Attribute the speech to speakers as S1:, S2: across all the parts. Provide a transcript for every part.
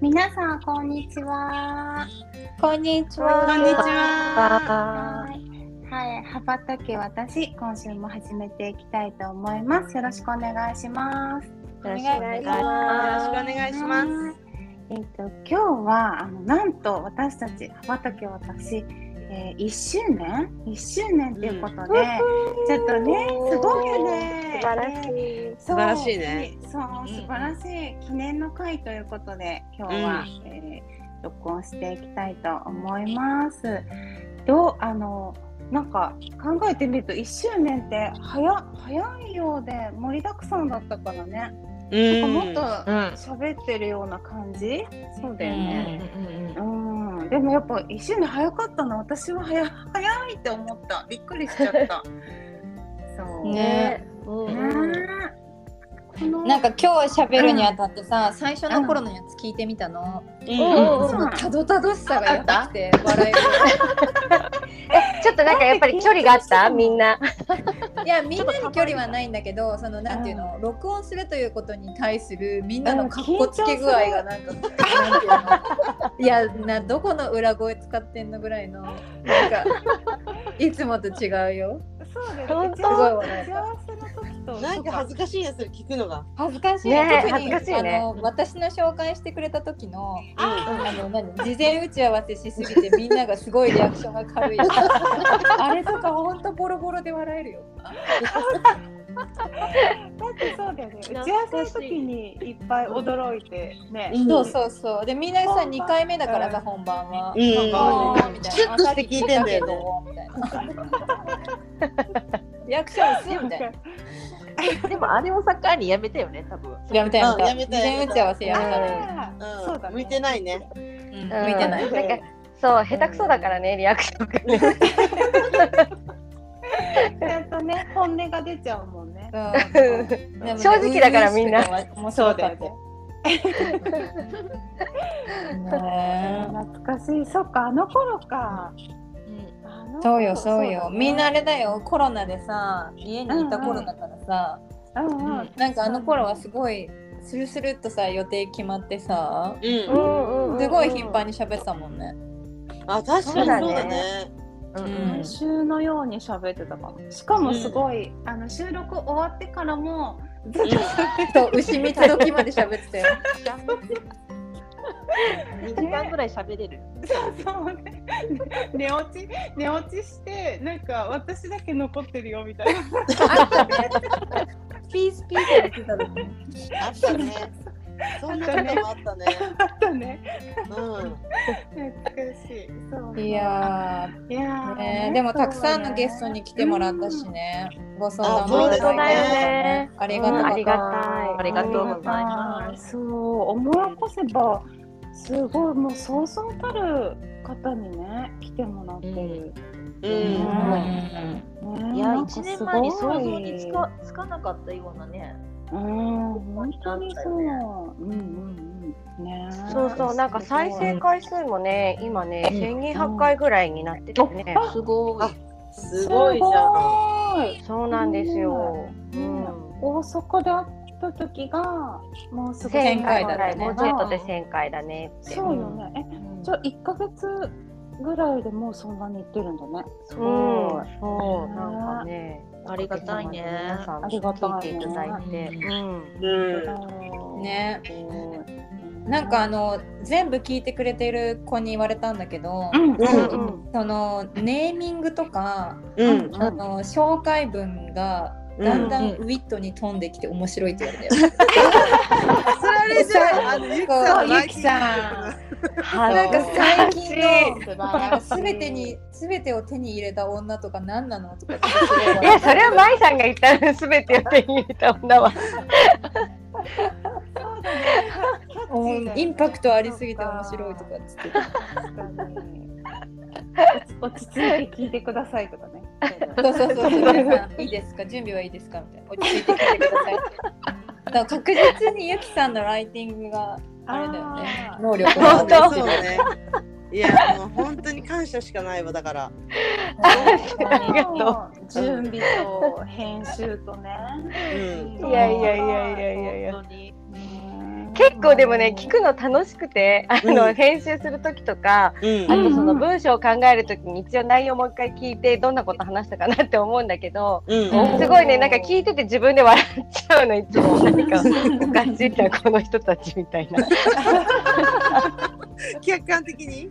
S1: 皆さんこんにちは。
S2: こんにちは。
S3: こんにち
S2: は。
S1: はい、はい、羽ばたけ私今週も始めていきたいと思います。よろしくお願いします。
S2: よろしくお願いし
S3: よろ
S2: ま
S3: しくお
S2: す。
S3: 願いします。
S1: えっ、と今日はあのなんと私たち羽ばたけ私。えー、1周年1周年ということで、ちょっとねすごいよね
S2: 素晴らしい。
S1: 素
S3: 素晴らしいね。
S1: そう、
S3: ん
S1: 素晴らしい記念の会ということで、今日は、えー録音していきたいと思います。どう、あの、なんか考えてみると、1周年って早、早いようで、盛りだくさんだったからね。
S3: う
S1: もっと
S2: うん。
S1: 喋ってるような感じ。そうだよ
S2: うん
S1: ね。うん、でもやっぱ1周年早かったの、私は早、早いって思った、びっくりしちゃった。そう。
S2: ね。う
S1: ね
S2: ん
S1: この
S4: なんか今日喋るにあたってさ、最初の頃のやつ聞いてみたの、
S2: うん
S4: そのたどたどしさがやばくて笑える
S2: ちょっとなんかやっぱり距離があったみんな。
S4: いやみんなに距離はないんだけどそのなんていうの、録音するということに対するみんなのかっこつけ具合がなんか、なん ていうのいやなどこの裏声使ってんのぐらいのなんかいつもと違うよ
S1: そうです。
S2: 本当
S1: 打ち合わせ
S4: すごい笑え
S1: 打ち合わせの時と。
S3: なんか恥ずかしいやつ聞くのが。
S4: 恥ずかしい、
S2: ねえ
S4: 特
S2: 恥
S4: に
S2: ずかしいね
S4: あの私の紹介してくれた時のあの何事前打ち合わせしすぎてみんながすごいリアクションが軽 いあれとかほんとボロボロで笑えるよ
S1: だってそうだよね。打ち合わせの時にいっぱい驚いてね。
S4: そうそうそうでみんなさ
S1: 本番
S4: 2回目だからさ
S1: うん
S4: 本番は。
S3: うん
S4: あーみたいな
S3: シュッとして聞いてんだよね。
S4: みたいな。リアクション薄いみたいな。
S2: でもあれをサッカーにやめたよね多分。
S4: やめたやめた。
S3: うんやめた
S4: 事前打ち合わせやめたね。
S1: あー
S3: う
S1: そ
S3: ん
S1: うだね
S3: 向いてないね。
S4: うん向いてない。
S2: なんかそう下手くそだからねリアクションがね。
S1: ちゃんとね本音が出ちゃうもんね。
S4: うんでもね
S2: 正直だからみんな。
S4: 面白か
S1: そう
S4: ったね
S1: 懐かしい。そっかあの頃か。あの頃
S4: そうよそうよ。みんなあ
S1: ね。
S4: れだよコロナでさ家にいた頃だからさ、
S1: うんうん。
S4: なんかあの頃はすごいスルスルっとさ予定決まってさ。
S3: う。
S2: うんんうん
S4: すごい頻繁に喋ってたもんね。
S3: あ、確かにそうだ
S2: う
S3: ね。
S2: ん
S4: うん
S1: 毎週のように喋ってたかも。しかもすごい、あの収録終わってからもずっと
S4: と牛三つ時まで喋 ってたよ。
S2: 二時間ぐらい喋れる。
S1: そうね 寝落ち寝落ちしてなんか私だけ残ってるよみたいな。
S4: あったね。ピースピースで言ってた時ね。
S3: あったね。そんなこともあったね。
S1: あったね。
S3: う
S1: 懐かしい。そう
S4: いや
S1: いやー
S4: ー、ね、でもたくさんのゲストに来てもらったし。ね。ご相談もいた
S2: 本当だよ
S4: だいて
S2: ね。
S4: あり
S2: うん
S4: が
S2: あ
S4: とう
S2: り
S4: か
S2: が
S4: った
S2: い。ありがとうござい
S1: ありがた
S2: ま
S1: い
S2: す。
S1: そう思い起こせばすごいもうそうそうたる方にね来てもらってる。
S3: ん。うん。
S4: た。
S1: ね
S2: いや
S1: なんか
S2: 一年前に
S1: すご
S2: 想
S1: い
S2: 像につかつかなかったようなね。
S1: うん本当にそう。うんうんうん。ね。
S2: そうそう、なんか再生回数もね、今ね、1200回ぐらいになっててね。
S4: すご
S3: いすごいじゃん。
S1: ゃん。
S2: そうなんですよ。うん。
S1: 大阪で会った時がもうすごい
S2: 1000回
S4: だ
S2: だね。
S4: ね
S2: もうちょっとで1000回だねって。
S1: そうよね。えじゃあ1ヶ月ぐらいでもうそんなにいってるんだね。す
S2: うん。
S1: ごい。
S2: そう、なんかね。
S3: ありがたいね
S2: 皆さん聞いていただいて。うん。
S3: うん。
S4: ね。
S1: うん
S4: なんかあの全部聞いてくれてる子に言われたんだけど、
S1: うんうん
S2: うん
S4: そのネーミングとか、
S3: うん。
S4: あの紹介文がだんだんウィットに飛んできて面白いって 言 われたよ。
S3: それあれじゃん。あの、ゆきさん。
S1: そうゆきさん。
S4: なんか最近の
S1: 素
S4: なん
S1: 晴
S4: から
S1: しい
S4: 全てに全てを手に入れた女とか何なのとかって
S2: いや、それは舞さんが言ったすべてを手に入れた女は。
S1: キャッ
S4: もうインパクトありすぎて面白いとかっつってた
S1: 確かに落ち着いて聞いてくださいとかね。
S4: そうそうそうそういいですか準備はいいですかみたいな落ち着いてきてくださいだから確実にゆきさんのライティングがあれだよね
S1: あー
S4: 能力が
S2: 本当
S3: そうね。いや、もう本当に感謝しかないわ、だから。
S2: あり がと
S1: 準備と編集とね。
S3: うん。
S2: いやいやいやいやいやいや
S1: 本当に
S2: 結構でもね聞くの楽しくてあの、
S3: うん
S2: 編集する時とか
S3: うん
S2: あ。とその
S1: うん
S2: 文章を考える時に一応内容もう一回聞いてどんなこと話したかなって思うんだけど
S3: うん。
S1: おー
S2: すごいねなんか聞いてて自分で笑っちゃうのいつも何かおかしいなこの人たちみたいな
S3: 客観的に。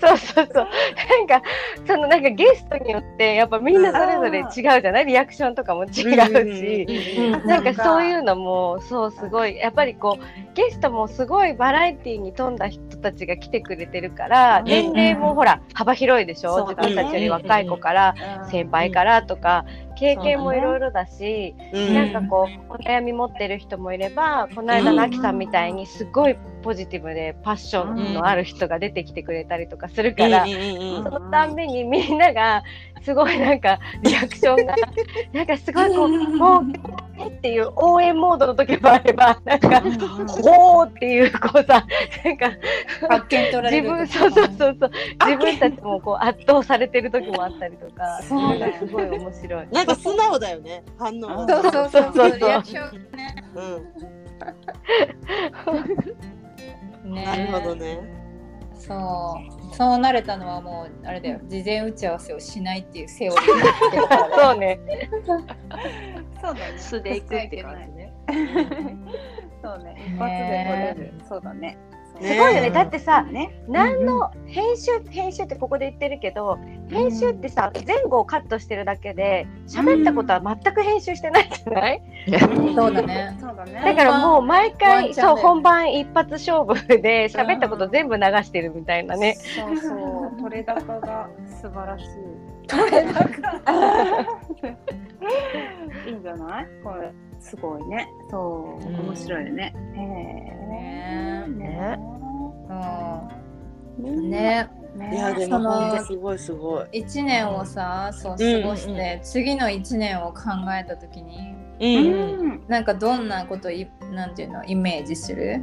S2: そうそうそうなんかそのなんかゲストによってやっぱみんなそれぞれ違うじゃないリアクションとかも違うし。
S3: うん
S1: うん
S2: なんかそういうのもそうすごいやっぱりこうゲストもすごいバラエティに富んだ人たちが来てくれてるから
S3: ん
S2: 年齢もほら幅広いでしょ、
S5: そうだね
S2: 自分たちより若い子から先輩からとか経験もいろいろだし、
S3: うん
S2: なんかこうお悩み持ってる人もいればこの間
S3: うん
S2: なきさんみたいにすごいポジティブでパッションのある人が出てきてくれたりとかするから
S3: うん。うんうん
S2: そのたんびにみんながすごいなんかリアクションがなんかすごいこう「もうえっ!」っていう応援モードの時もあればなんか「おー!」っていうこうさなんか
S4: 発見取られ
S2: 自
S4: る
S2: 分そうそうそうそう自分たちもこう圧倒されてる時もあったりとか
S1: そうだよね
S2: すごい面白い。
S3: なんか素直だよね。反応が。
S4: そうそうそう
S2: そうそうそう
S4: リアクション
S3: うん。
S4: ね
S3: なるほどね。
S4: そうそうなれたのはもうあれだよ事前打ち合わせをしないっていうセオリーで
S2: そうね。
S1: そうだね。
S6: 素でいくって感じね。
S1: そうね。一発で取れる。そうだね。
S2: すごいよね。
S3: ね
S2: だってさ、
S1: ね。
S2: 何の編集編集ってここで言ってるけど、編集ってさ前後をカットしてるだけで喋ったことは全く編集してないじゃない？
S4: そうだね
S1: そうだね。
S2: だからもう毎
S4: ワン
S2: 回
S4: チャン
S2: そ
S4: だよ
S2: う
S4: ね
S2: 本番一発勝負で喋ったこと全部流してるみたいなね。
S1: そうそう、取れ高が素晴らしい。取れ高。いいんじゃない。これ、すごいね。そう、
S6: うん
S1: 面白いよね。
S4: ね
S1: へえ。
S2: ね
S4: そうね
S3: いや、で
S1: ね。
S3: も、本当すごい、すごい。
S4: 1年をさそう過ごして、次の1年を考えた時に
S1: う
S3: うん
S1: ん。
S4: なんかどんなこといなんていうのイメージする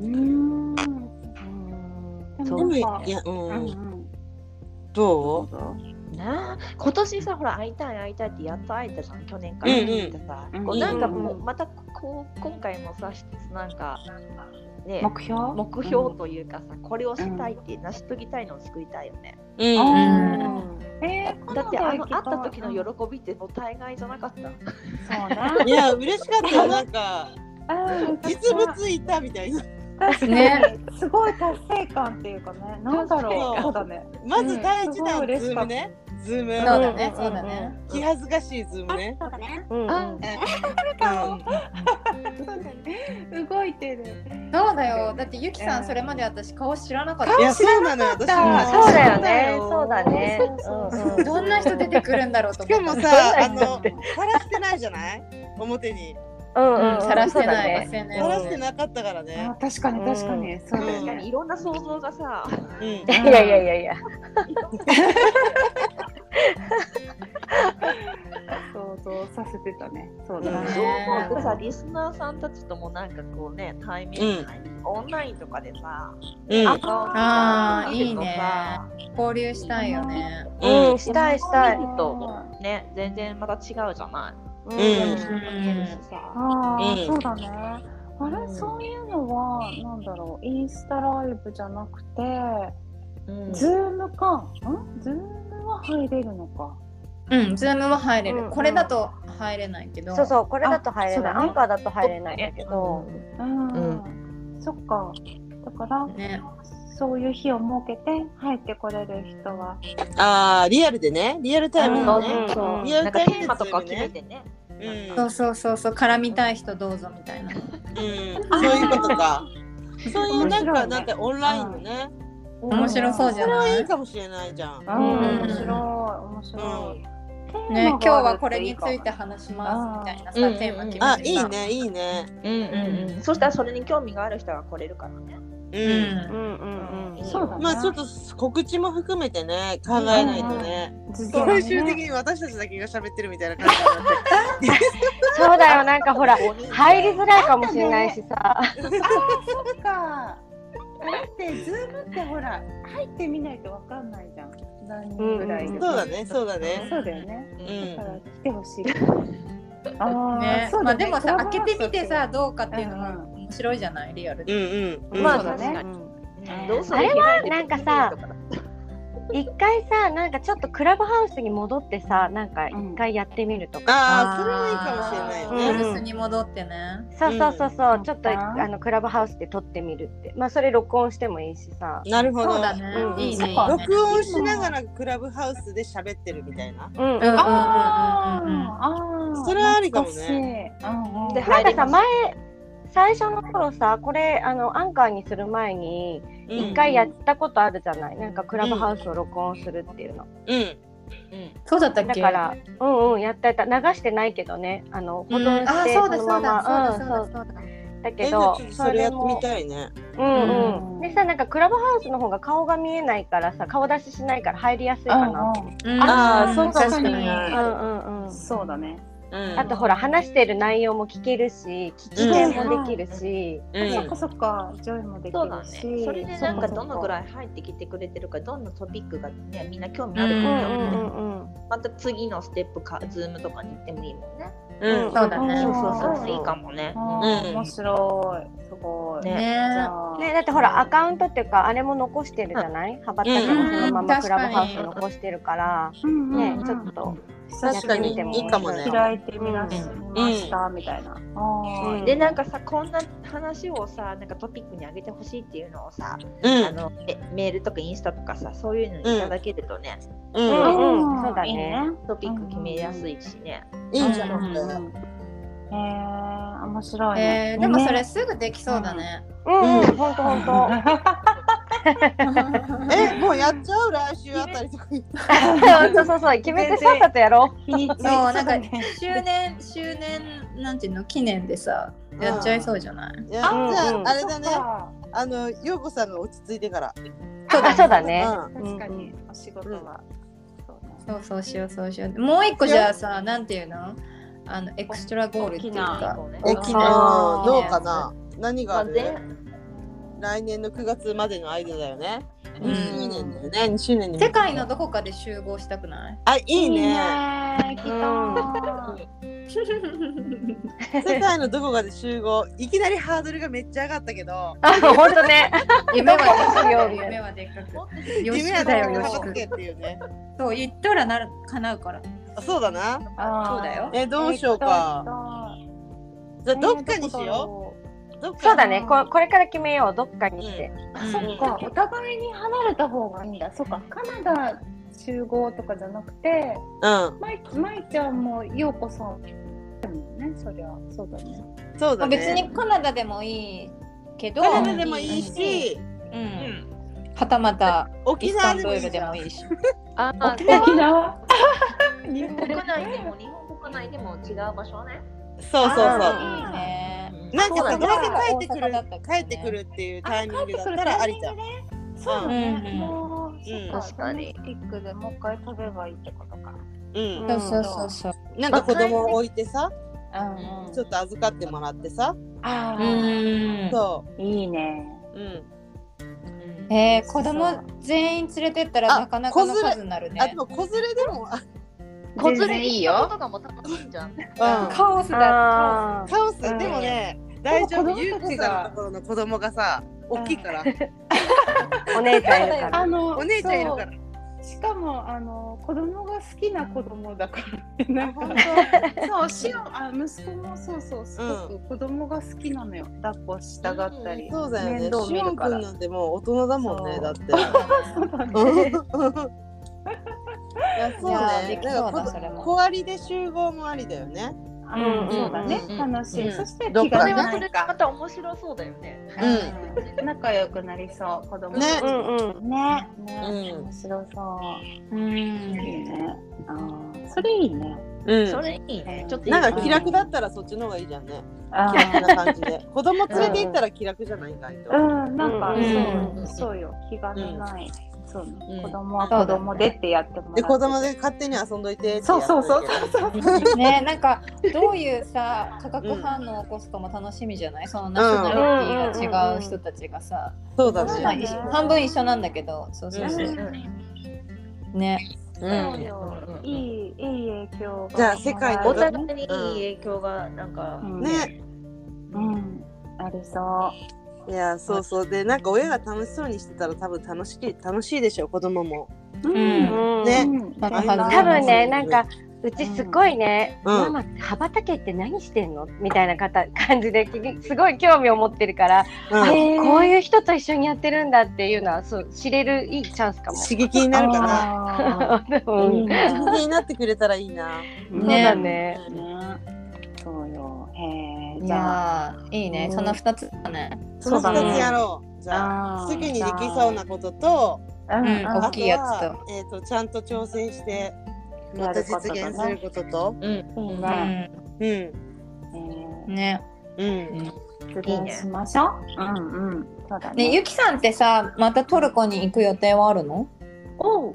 S1: うん。
S3: でも、
S1: う
S3: い
S1: ん
S3: や、う
S1: うん
S3: ん。
S1: うん。
S3: ど
S6: なあ今年さほら会いたい会いたいってやっと会えたじゃん去年から
S3: うんうん
S6: 会ってさ、こ
S1: う
S6: うんなんかも
S1: う
S6: うんまたこう今回もさなんかね
S1: 目標。
S6: 目標というかさこれをしたいって成し遂げたいのを作りたいよね、
S3: う。うん。
S1: あ
S3: うん
S1: ーえー
S6: だって
S1: カナダ行
S6: あの
S1: き
S6: 会
S1: た
S6: った時の
S1: い
S6: 喜びってもう大概じゃなかった
S1: そうね
S3: いや、嬉しかったよ。なんか。
S1: うん
S3: 実物いたみたいな。
S1: 確かに
S4: ね
S1: すごい達成感っていうかねなんだろう
S3: そう
S1: だね
S3: まず第一
S1: うんすごい
S3: 弾、
S1: 嬉
S3: ズ
S1: しかっ
S3: ーム
S1: た
S3: ね。ズーム。
S4: そうだねそうだね
S3: 気恥ずかしいズームね。
S1: そうだね
S2: うんうん
S1: 動いてる
S4: そうだよだってゆきさんそれまで私顔知らなかっ
S3: うんい
S4: た
S3: や、そうなのよ。私
S4: あ
S3: も
S2: そうだよ
S3: 知らな
S2: ね
S3: かった。よ
S2: そうだね。うんうん
S4: どんな人出てくるんだろうと
S3: しか
S4: 思
S3: も
S4: っ
S3: さ、あ
S2: どんな人
S3: の
S2: って、
S3: さらしてないじゃない表に。
S2: うんう
S4: た
S2: ん。
S4: さらしてない、
S2: そうだね
S4: SNS
S3: さらしてなかったからね
S1: あ。確かに確かに、そうだよ
S6: 確
S1: ね
S6: かにいろんな想像がさ
S3: うん。
S2: いやいやいやいや。
S1: 想像させてたねそう
S3: だ
S1: だ
S3: ね
S6: そう
S1: ね、
S6: 思うとさリスナーさんたちともなんかこうね対面、
S3: うん
S6: オンラインとかでさ、
S3: うん。
S6: あ顔見て
S4: あー
S6: 見てるとさ
S4: 交流したいよね
S2: うんしたいしたい。
S6: 見るとね全然また違うじゃな
S2: うん
S6: い、見るしさ
S1: ああ、
S3: うん
S1: そうだねあれ、そういうのはなんだろうインスタライブじゃなくて、
S6: うん
S1: ズームかんズームは入れるのか
S4: うんズームは入れる、
S2: うん
S4: これだと入れないけど
S2: そうそうこれだと入れな
S1: あそう
S2: い
S1: だね
S2: アンカーだと入れないんだけど。
S1: うん、そっかだから
S4: ね
S1: そういう日を設けて入ってこれる人は
S3: あー、リアルでね。リアルタイム
S2: そ
S3: の
S2: う
S3: ね。
S2: そう
S3: リアル
S6: なんか
S3: タ
S6: テ
S3: イムで
S6: ーマとかを決めてね
S3: ズームね
S4: そうそうそうそう絡みたい人どうぞみたいな
S3: うん。うん。そういうことか。そういうな
S1: 面白
S3: ん
S1: い
S3: か、
S1: ね
S3: なんてオンラインのね。
S4: 面白そうじ
S3: そ
S4: ゃ
S3: れ
S4: な
S3: はい
S4: い
S3: いかもしれないじゃん。
S1: あー面白い面白い、
S4: ね、今日はこれについて話しますみたいなさ、
S6: うん
S4: テーマ決
S3: あ
S4: めて
S3: いい
S4: さ
S3: ねいいね
S6: うんうんうん。そしたらそれに興味がある人が来れるからね。
S3: うん、
S5: うん
S2: うんうんうん。
S1: そうだね。
S3: まあちょっと告知も含めてね考えないとね、
S1: 次元ね
S3: 最終的に私たちだけが喋ってるみたいな感じになって
S2: そうだよ、なんかほら、入りづらいかもしれないしさ。
S1: そっか。あれってズームってほら入ってみないとわかんないじゃん。何人ぐらいいるか
S3: そうだねそうだね
S1: そうだよね。
S3: うん
S1: だから来てほしい。ああ、
S4: ね
S1: そうだ
S4: まあ、で
S1: ね
S4: もさ開けてみてさ、どうかっていうの
S1: うん
S4: も面白いじゃないリアル
S3: う
S4: で、
S3: んうん、
S6: ま
S1: ま
S6: あ
S1: あそうだ
S6: 確か
S1: ね。
S6: どうする
S2: あれはなんかさ、一回さ、なんかちょっとクラブハウスに戻ってさ、なんか一回やってみるとか。
S3: ああそれはいいかもしれない
S4: ブ
S3: ね、
S4: ルースに戻ってね、
S2: そうそうそうそう、ちょっと
S1: うん
S2: あのクラブハウスで撮ってみるって、まあそれ録音してもいいしさ。
S3: なるほど
S4: そうだね、
S2: うん
S4: いいねいいね
S3: 録音しながらクラブハウスで喋ってるみたいな
S2: うん、
S4: うんうんうん
S1: あ
S4: うんうんうん
S1: あ、ああ。
S3: それはありかもね
S1: 懐かしい。うんうん
S6: で
S2: なんか
S6: 入れ
S2: さ、
S6: ます
S2: 前、最初の頃さ、これあのアンカーにする前に。一回やったことあるじゃない、なんかクラブハウスを録音するっていうの。
S3: うん
S4: そうだったっ
S2: だ
S4: け
S2: から、うんうん、やったやった、流してないけどね、あの保存
S4: あ
S2: して、
S4: そうだ
S2: その
S4: そ
S2: ま
S4: うだ
S2: ま、、
S4: そうだそううんだそうだ
S2: そう、だ
S3: え
S2: け
S3: じゃあ
S2: ど
S3: ちょっ、とそれやってみ
S2: い。
S3: たいね
S2: うんう、
S1: うんん
S2: でさ、なんかクラブハウスの方が顔が見えないからさ、顔出ししないから入りやすいかな。
S4: うん
S3: あー
S4: ん
S3: そうかもしれ
S4: 確
S3: な
S4: か
S3: い
S2: うんうんうん
S1: うん。そうだね。
S3: うん
S2: あとほら話してる内容も聞けるし聞き手もできるし、
S3: うん
S1: そっかそっか、ジョイもでき
S6: そうだ
S1: るし。
S6: ね。それでなんかどのぐ
S1: い。
S6: らい入ってきてくれてるか、どんなトピックがね、みんな興味
S4: う
S6: ある
S2: うん
S6: か
S2: うん
S6: らね、
S2: うんうん
S6: また次のステップか、ズームとかに行ってもいいもんね。
S3: うん
S4: そうだね
S6: そうそう
S1: あ
S6: そう、
S1: ー
S6: いいかもね。
S1: あ
S3: うん
S1: ー面白い。すごい。
S6: ね
S1: じ
S4: ね
S1: ゃあ
S2: ね、だってほらアカウントっていうかあれも残してるじゃない羽ばたきもそのままクラブハウス残してるから、
S1: うんうん
S2: ね
S1: うん
S2: ちょっと
S3: 確かに
S2: やってみ
S3: い
S2: て
S3: いかもね
S1: 開いてみましたみたいな。あ
S2: うん
S6: でなんかさこんな話をさなんかトピックにあげてほしいっていうのをさ、
S3: うん
S6: あのえメールとかインスタとかさそういうのにいただけるとね、
S3: う
S2: う
S1: ー
S2: んんう
S1: あ
S2: ん
S1: ー
S2: そうだ
S1: いい
S2: ね。
S6: トピック決めやすいしね、
S3: いいんじゃ
S1: う
S3: ない
S1: ん
S3: ですか
S1: うんえー、面白いね
S4: え。ーでもそれすぐできそうだね、
S2: うん、
S3: うん
S2: ほんとほん と。
S3: えもうやっちゃう来週あたりとか言って
S2: そうそうそう、決めてさっさとやろう。
S1: 日にち
S4: そうなんか周年周年なんていうの記念でさやっちゃいそうじゃない、
S3: いやじゃ
S2: うんう
S3: あ
S2: ん
S3: あれだね
S1: そっか
S3: あのようこさんが落ち着いてから
S2: あ、そうだね。
S3: う
S1: 確かにお仕事は。そうね
S4: そうそうしようそうしようもう一個じゃあさなんていうのあのエクストラゴールっていうか
S6: こうね
S3: んえきな
S1: あー
S3: どうかな何が
S6: ま
S3: あ
S6: あ、
S3: る
S6: ぜ
S3: 来年の9月までの間だよね
S4: うん
S3: 2周年だよね2周年に
S4: 世界のどこかで集合したくない
S3: あいいね
S1: いいね来た。
S3: 世界のどこかで集合いきなりハードルがめっちゃ上がったけど
S2: あ、ほんとね。
S4: 夢は
S2: どこ
S4: で
S2: にしようみたいな
S4: かく夢はでかくよし
S3: 夢は
S4: く
S3: ど
S4: だ
S3: こ
S4: よ
S3: に羽
S4: よし
S3: ば
S4: く
S3: たけっていうね
S4: そう言ったらなる叶うから
S3: あそうだな
S4: そうだよ
S3: えどうしようかじゃあどっかにしよ
S1: よ
S3: うどっか
S2: そうだね。ここれから決めよう。どっかにして。
S1: そっか、お互いに離れた方がいいんだ。そっか、カナダ集合とかじゃなくて、
S3: うん
S1: まいまいちゃんもようこさん。でもね、そりゃそうだね。
S3: そう
S4: ま
S3: だ
S4: あ
S3: ね
S4: 別にカナダでもいいけど
S3: カナダでもいいし
S4: う
S6: うんん
S4: はたまたイ
S3: 沖
S4: ス
S3: 縄
S4: タン
S3: で
S4: ブ
S3: もい
S4: ー
S3: い
S4: ル
S3: じ
S4: で
S3: ゃん
S4: もいいし
S6: ああ
S1: 沖縄。
S6: 日本国内でも日本国内でも違う場所ね
S3: そうそうそう
S4: いいね
S3: なんかさ、
S6: そう
S3: どう
S6: だね
S3: せ帰ってく
S4: 大阪だったっ
S3: る、
S4: け
S3: 帰
S4: ね
S3: ってくるっていうタイミングだった
S1: あ
S3: らあ
S1: 帰っ
S3: り
S1: て
S3: じゃん。
S1: そうだね。
S4: うん
S1: もう、
S3: ん
S1: そっ
S6: 確かに
S1: ドメスティックでもう一回飛べばいいってことか。
S3: うん、
S4: そうそうそうそう
S3: なんか子供を置いてさ、
S1: うん
S3: ちょっと預かってもらってさ、
S1: あ
S4: う
S1: あ、
S4: ん
S3: そ
S1: いいね。
S3: う、うん、
S4: えー、子供全員連れてったら
S3: あ
S4: なかなかの
S3: 子連れ
S4: 数になる
S3: あ、で
S4: ね
S3: も子連れでも、
S6: 子連
S1: 全
S6: れ
S1: 然い
S6: い
S1: い
S6: い
S1: よ
S6: よとかも楽しいじゃん
S3: あ、うん、
S4: カオスだ
S2: あ
S3: カオス、でもね、大丈
S1: で
S3: 夫、
S1: も
S3: ゆ
S1: 子
S3: う
S1: 供たちが
S3: こさんのところの子供がさ、大きいから、
S2: ーお姉ちゃんいるから。
S1: あの、
S3: お姉ちゃんいるから。
S1: そう。しかも、あの、子供が好きな子供だから。なんか
S3: 本。
S1: そう、シオン、あ、息子もそうそう、すごく子供が好きなのよ。抱っこしたがったり。
S3: 当そうだよね
S1: 面、倒
S3: し
S1: 見
S3: お
S1: る
S3: ん
S1: か
S3: く
S1: ら
S3: んなんてもう大人だもんね、
S1: そう
S3: だって。
S1: そう
S3: いや、そう
S4: いやーで
S3: ね、
S4: き
S3: な
S4: そ
S3: ん
S4: うだ
S3: か
S4: それ
S3: 子、
S4: も
S3: 子ありで集合もありだよね。
S1: だね
S2: ん
S1: うんそうだね
S6: うん、
S1: 楽し
S3: う
S1: い。
S3: ん
S1: そして
S3: どっ
S1: 気
S3: か
S1: が
S6: それ
S3: ね
S1: ねない
S6: はそれでまた面白そうだよね
S1: うん仲良くなりそう、子供。
S3: ね
S2: うんうん。
S1: ね、ね、
S3: うん
S1: 面白そう。
S4: うん
S1: いいね。あーそれいいね。
S3: うん
S6: それいいね。ちょっといい
S3: なんか気楽だったらそっちの方がいいじゃんね。
S1: あ
S3: 気楽な感じで。子供連れて行ったら気楽じゃない意外と。
S1: ーうん、なんか、
S4: うん
S1: そう、そうよ、気がない。そうね
S3: うん
S1: 子供は子供でってやってもらって。
S3: で子供で勝手に遊んどいてって
S1: そうそうそう
S3: やっとい
S4: ねなんかどういうさ化学反応を起こすかも楽しみじゃない、そのナショナリティが違う人たちがさ、
S3: てそうだ
S4: まあ
S3: ね。
S4: 一緒半分一緒なんだけどそうそうそう、ね
S3: うん
S1: そうよいい、いい影響が。
S3: じゃあ世界の
S6: お
S1: もらえ
S6: 互
S1: る
S6: いにいい影響がなんか、
S1: うん
S3: ね、
S1: うん、ありそう。
S3: いやそうそうでなんか親が楽しそうにしてたら多分楽しい楽しいでしょ子供も
S1: うん
S2: うん
S3: ね
S1: うん
S4: なるほど
S2: 多分ね、
S3: うん
S2: なんか、うちすごいね、
S3: うん
S2: ママ、羽ばたけって何してんのみたいな方 感じで、すごい興味を持ってるから、
S3: うん
S2: あこういう人と一緒にやってるんだっていうのは、そう知れるいいチャンスかも。
S3: 刺激になるかな
S1: あ
S2: う
S1: ー
S2: ん
S1: いいね
S3: 刺激になってくれたらいいな
S2: そうだね。
S1: ね。そうよ。へえ。
S4: い
S1: じゃあ。
S4: やーいいね、
S1: うん
S4: その二つだね
S3: その
S1: そうだ
S3: 2
S1: ね
S3: つやろうじゃあ
S1: あー
S3: すぐにできそうな。ことと
S1: うん
S4: うん大きいやつと
S3: あはえっとちゃんと挑戦してまた実現することと
S1: いい
S4: うん
S1: ね。
S3: うん
S1: え
S4: ね
S3: うん
S1: ー実現しましょう。うんうん。そうだ
S4: ね
S1: ね。
S4: ゆきさんってさまたトルコに行く予定はあるの
S6: おう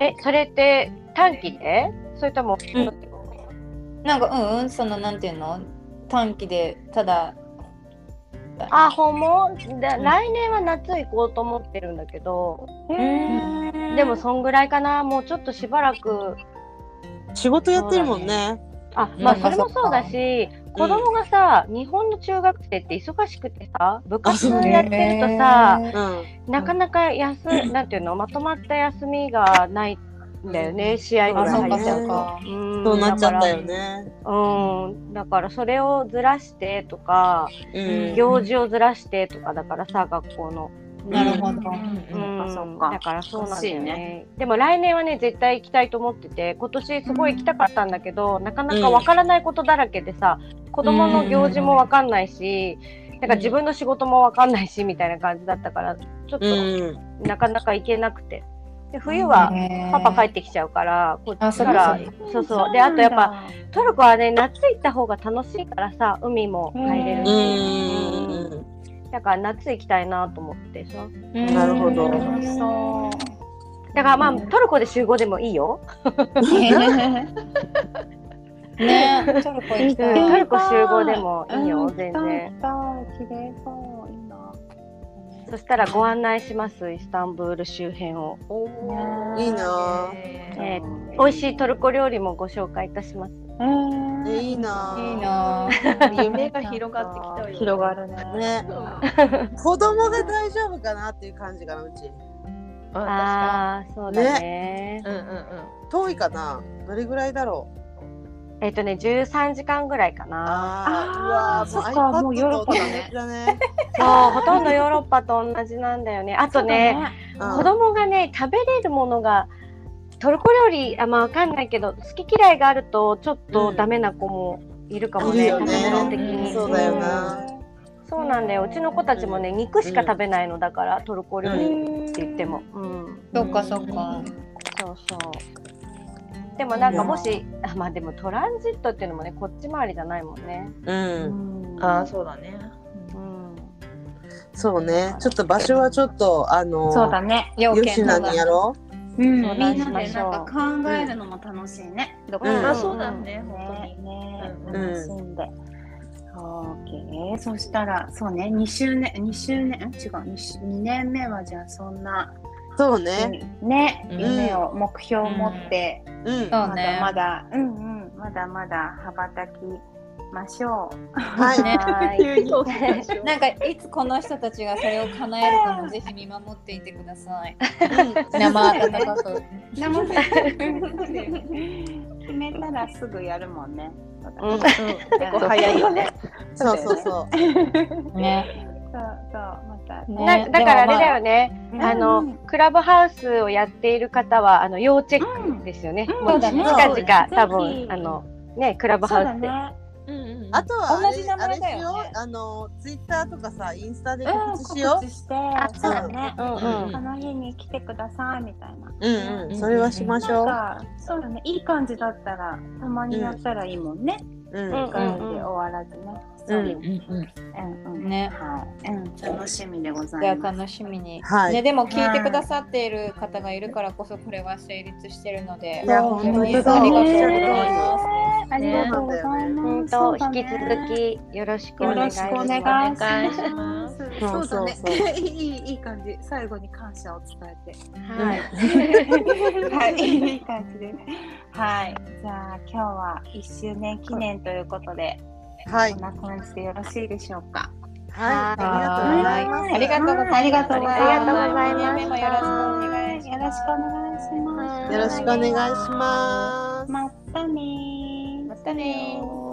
S2: え、それって短期でそれとも、
S4: なんかうんうんそのなんていうの短期でただ
S2: あ、訪問だ来年は夏行こうと思ってるんだけど、でもそんぐらいかな、もうちょっとしばらく、
S3: 仕事やってるもんね
S2: あ、まあ
S4: うん
S2: それもそうだし、子供がさ、日本の中学生って忙しくてさ、部活
S3: あそうね
S2: やってるとさ、
S3: うん
S2: なかなか休、なんていうの、まとまった休みがないんだよね、試合に
S4: あそう
S2: 入
S4: か
S2: っちゃ。
S4: そううか
S2: うん
S3: そうなっちゃったよ。ね
S2: だからうん、だからそれをずらしてとか、
S3: うん
S2: 行事をずらしてとかだからさ、学校の。
S4: なる
S2: う
S4: ほど、
S2: ん、
S1: そっか
S2: だからそうなんだよ
S1: 難しい
S2: ねでも来年はね絶対行きたいと思ってて今年すごい行きたかったんだけど、なかなかわからないことだらけでさ子供の行事もわかんないし、なんか自分の仕事もわかんないしみたいな感じだったからちょっ
S3: う
S2: と
S3: ん
S2: なかなか行けなくて。で冬はパパ帰ってきちゃうから、こっちから
S4: あそう
S2: そうそうであとやっぱトルコはね夏行った方が楽しいからさ海も入れる
S3: う
S2: し、
S3: ん
S2: だから夏行きたいなと思ってさ
S4: うん
S3: なるほど
S4: 楽しそ
S2: だからまあトルコで集合でもいいよ
S4: うねトルコ行き
S2: うん
S4: た
S2: ト
S4: い
S2: ルコ集合でもいいよ、
S1: うん行
S2: 全。然
S1: き。たい行きたい綺麗そう。いいな。
S2: そしたらご案内します、イスタンブール周辺を。
S1: ー
S3: いいな
S2: え美味しいトルコ料理もご紹介いたします。
S1: えー
S3: えいいない
S4: いな
S6: 夢が広がってきたよね
S1: 広がるね。
S3: ね子供が大丈夫かなっていう感じかなうち
S6: あ
S2: ああ、そうだね。
S6: 確かにうんうん
S3: 遠いかなどれぐらいだろう
S2: えっ、とね、13時間ぐらいかな。
S1: あ
S3: あ
S1: ー
S3: ーうわ
S1: そっか
S3: ー
S1: も
S3: も
S1: う
S3: う
S1: ヨーロッ
S3: iPad と
S1: パ
S3: 同
S1: だね
S3: じだね
S2: そう、ほとんどヨーロッパと同じなんだよね。あとね、
S3: うん
S2: 子供がね、食べれるものが、トルコ料理、あまあわかんないけど、好き嫌いがあると、ちょっとダメな子もいるかも
S3: いる
S2: ね、
S3: よ
S2: 食
S3: ね
S2: べ物的
S6: うん
S2: に。
S3: そうだよな
S2: そうなんだよ。うちの子たちもね、肉しか食べないのだから、トルコ料理って言っても。うん。
S4: そっかそっか
S2: そうそう。でもなんかもし、あまあでもトランジットっていうのもね、こっち回りじゃないもんね。
S3: うん
S6: うんあーそうだね
S2: うん。
S3: そうねちょっと場所はちょっとあのー
S1: そうだね。
S4: 要
S3: よし
S4: 件
S3: な
S4: だ
S3: にやろ
S1: うん、み
S2: 相
S1: んな
S2: 談
S1: で
S2: しましょう
S1: なんか考えるのも楽しいね。どこ
S3: うん
S6: あそうだね本当
S1: ね
S6: に
S1: ね、
S3: うん
S1: 楽しんで。オーケー。そしたらそうね、二周年、二周年、ん違う、二周二年目はじゃあそんな
S3: うそうね
S1: ね、
S4: うん
S1: 夢を目標を持って、
S3: うん
S4: そ
S1: ま
S4: う
S1: だ
S4: ね
S1: まだ、うんうん、まだまだ羽ばたきましょう。
S3: はい
S2: はー
S6: 急に
S2: い。
S6: そうしましょう
S4: なんかいつこの人たちがそれを叶えるかもぜひ見守っていてください生温かく
S1: 生放送決めたらすぐやるもんね。
S2: うん
S1: そうだね
S6: 結構早いよね
S3: そうそうそう
S4: ね
S1: そうそう、また。
S2: なだからあれだよね、
S1: でもまあ
S2: あ
S1: う
S2: の
S1: ん
S2: クラブハウスをやっている方はあの要チェックですよね、
S1: うん
S2: もう
S1: そうだ
S2: 近
S1: ねそう
S2: 々、
S1: だね
S2: 多
S1: ぜ
S2: 分
S1: ひ
S2: あのねクラブ
S1: そ
S2: ハ
S1: う
S2: ウ
S1: だ
S2: スで
S1: ね。
S6: うん
S3: あとはあれ
S4: 同じ名前だよね
S3: あれしようあのツイッターとかさインスタで
S1: うん、
S3: 告知しよ
S1: 告知して、そうだね。
S6: うん
S1: この日に来てくださいみたいな。
S3: う。うんうん、それはしましょう。
S1: なんかそうだね、いい感じだったら、たまにやったらいいもんね。
S3: うん、
S1: 一回で終わらずね。
S3: うん
S1: そう
S5: うんうん
S1: うんうん
S4: ね
S1: はい。うん、楽しみでござ
S4: じゃあ
S1: います。
S4: 楽しみに、
S3: はい
S4: ね、でも聞いてくださっている方がいるからこそこれは成立してるので
S3: いや
S4: 本当に
S3: 本当
S4: あ
S3: だ
S4: り
S3: ね
S4: がとうございます
S1: ありがとうございます。
S2: と
S1: そうだね
S2: 引き続きよろしくお
S1: よ
S2: 願
S1: ろ
S2: い
S1: し
S2: し
S1: く
S2: ま
S1: お
S2: す。
S1: 願いし
S6: お願
S1: ま
S6: いし
S1: す。
S3: ま
S1: そ
S3: す
S1: うだね
S3: そうそう。
S1: いいいい感じ。最後に感謝を伝えて。
S2: はい。
S1: はい、いい感じです。はい、じゃあ今日は一周年記念ということで、
S3: はい
S1: こん、な感じでよろしいでしょうか。
S3: はい、
S1: は
S3: ありがとうございます。
S4: ありがとうございます。
S1: ありがとうございます
S4: 二年目もよろしくお願いし
S1: よ
S4: ま
S1: ろ
S4: す
S1: し。くお願いします。
S3: よろしくお願いします。
S1: またねー。
S4: またねー。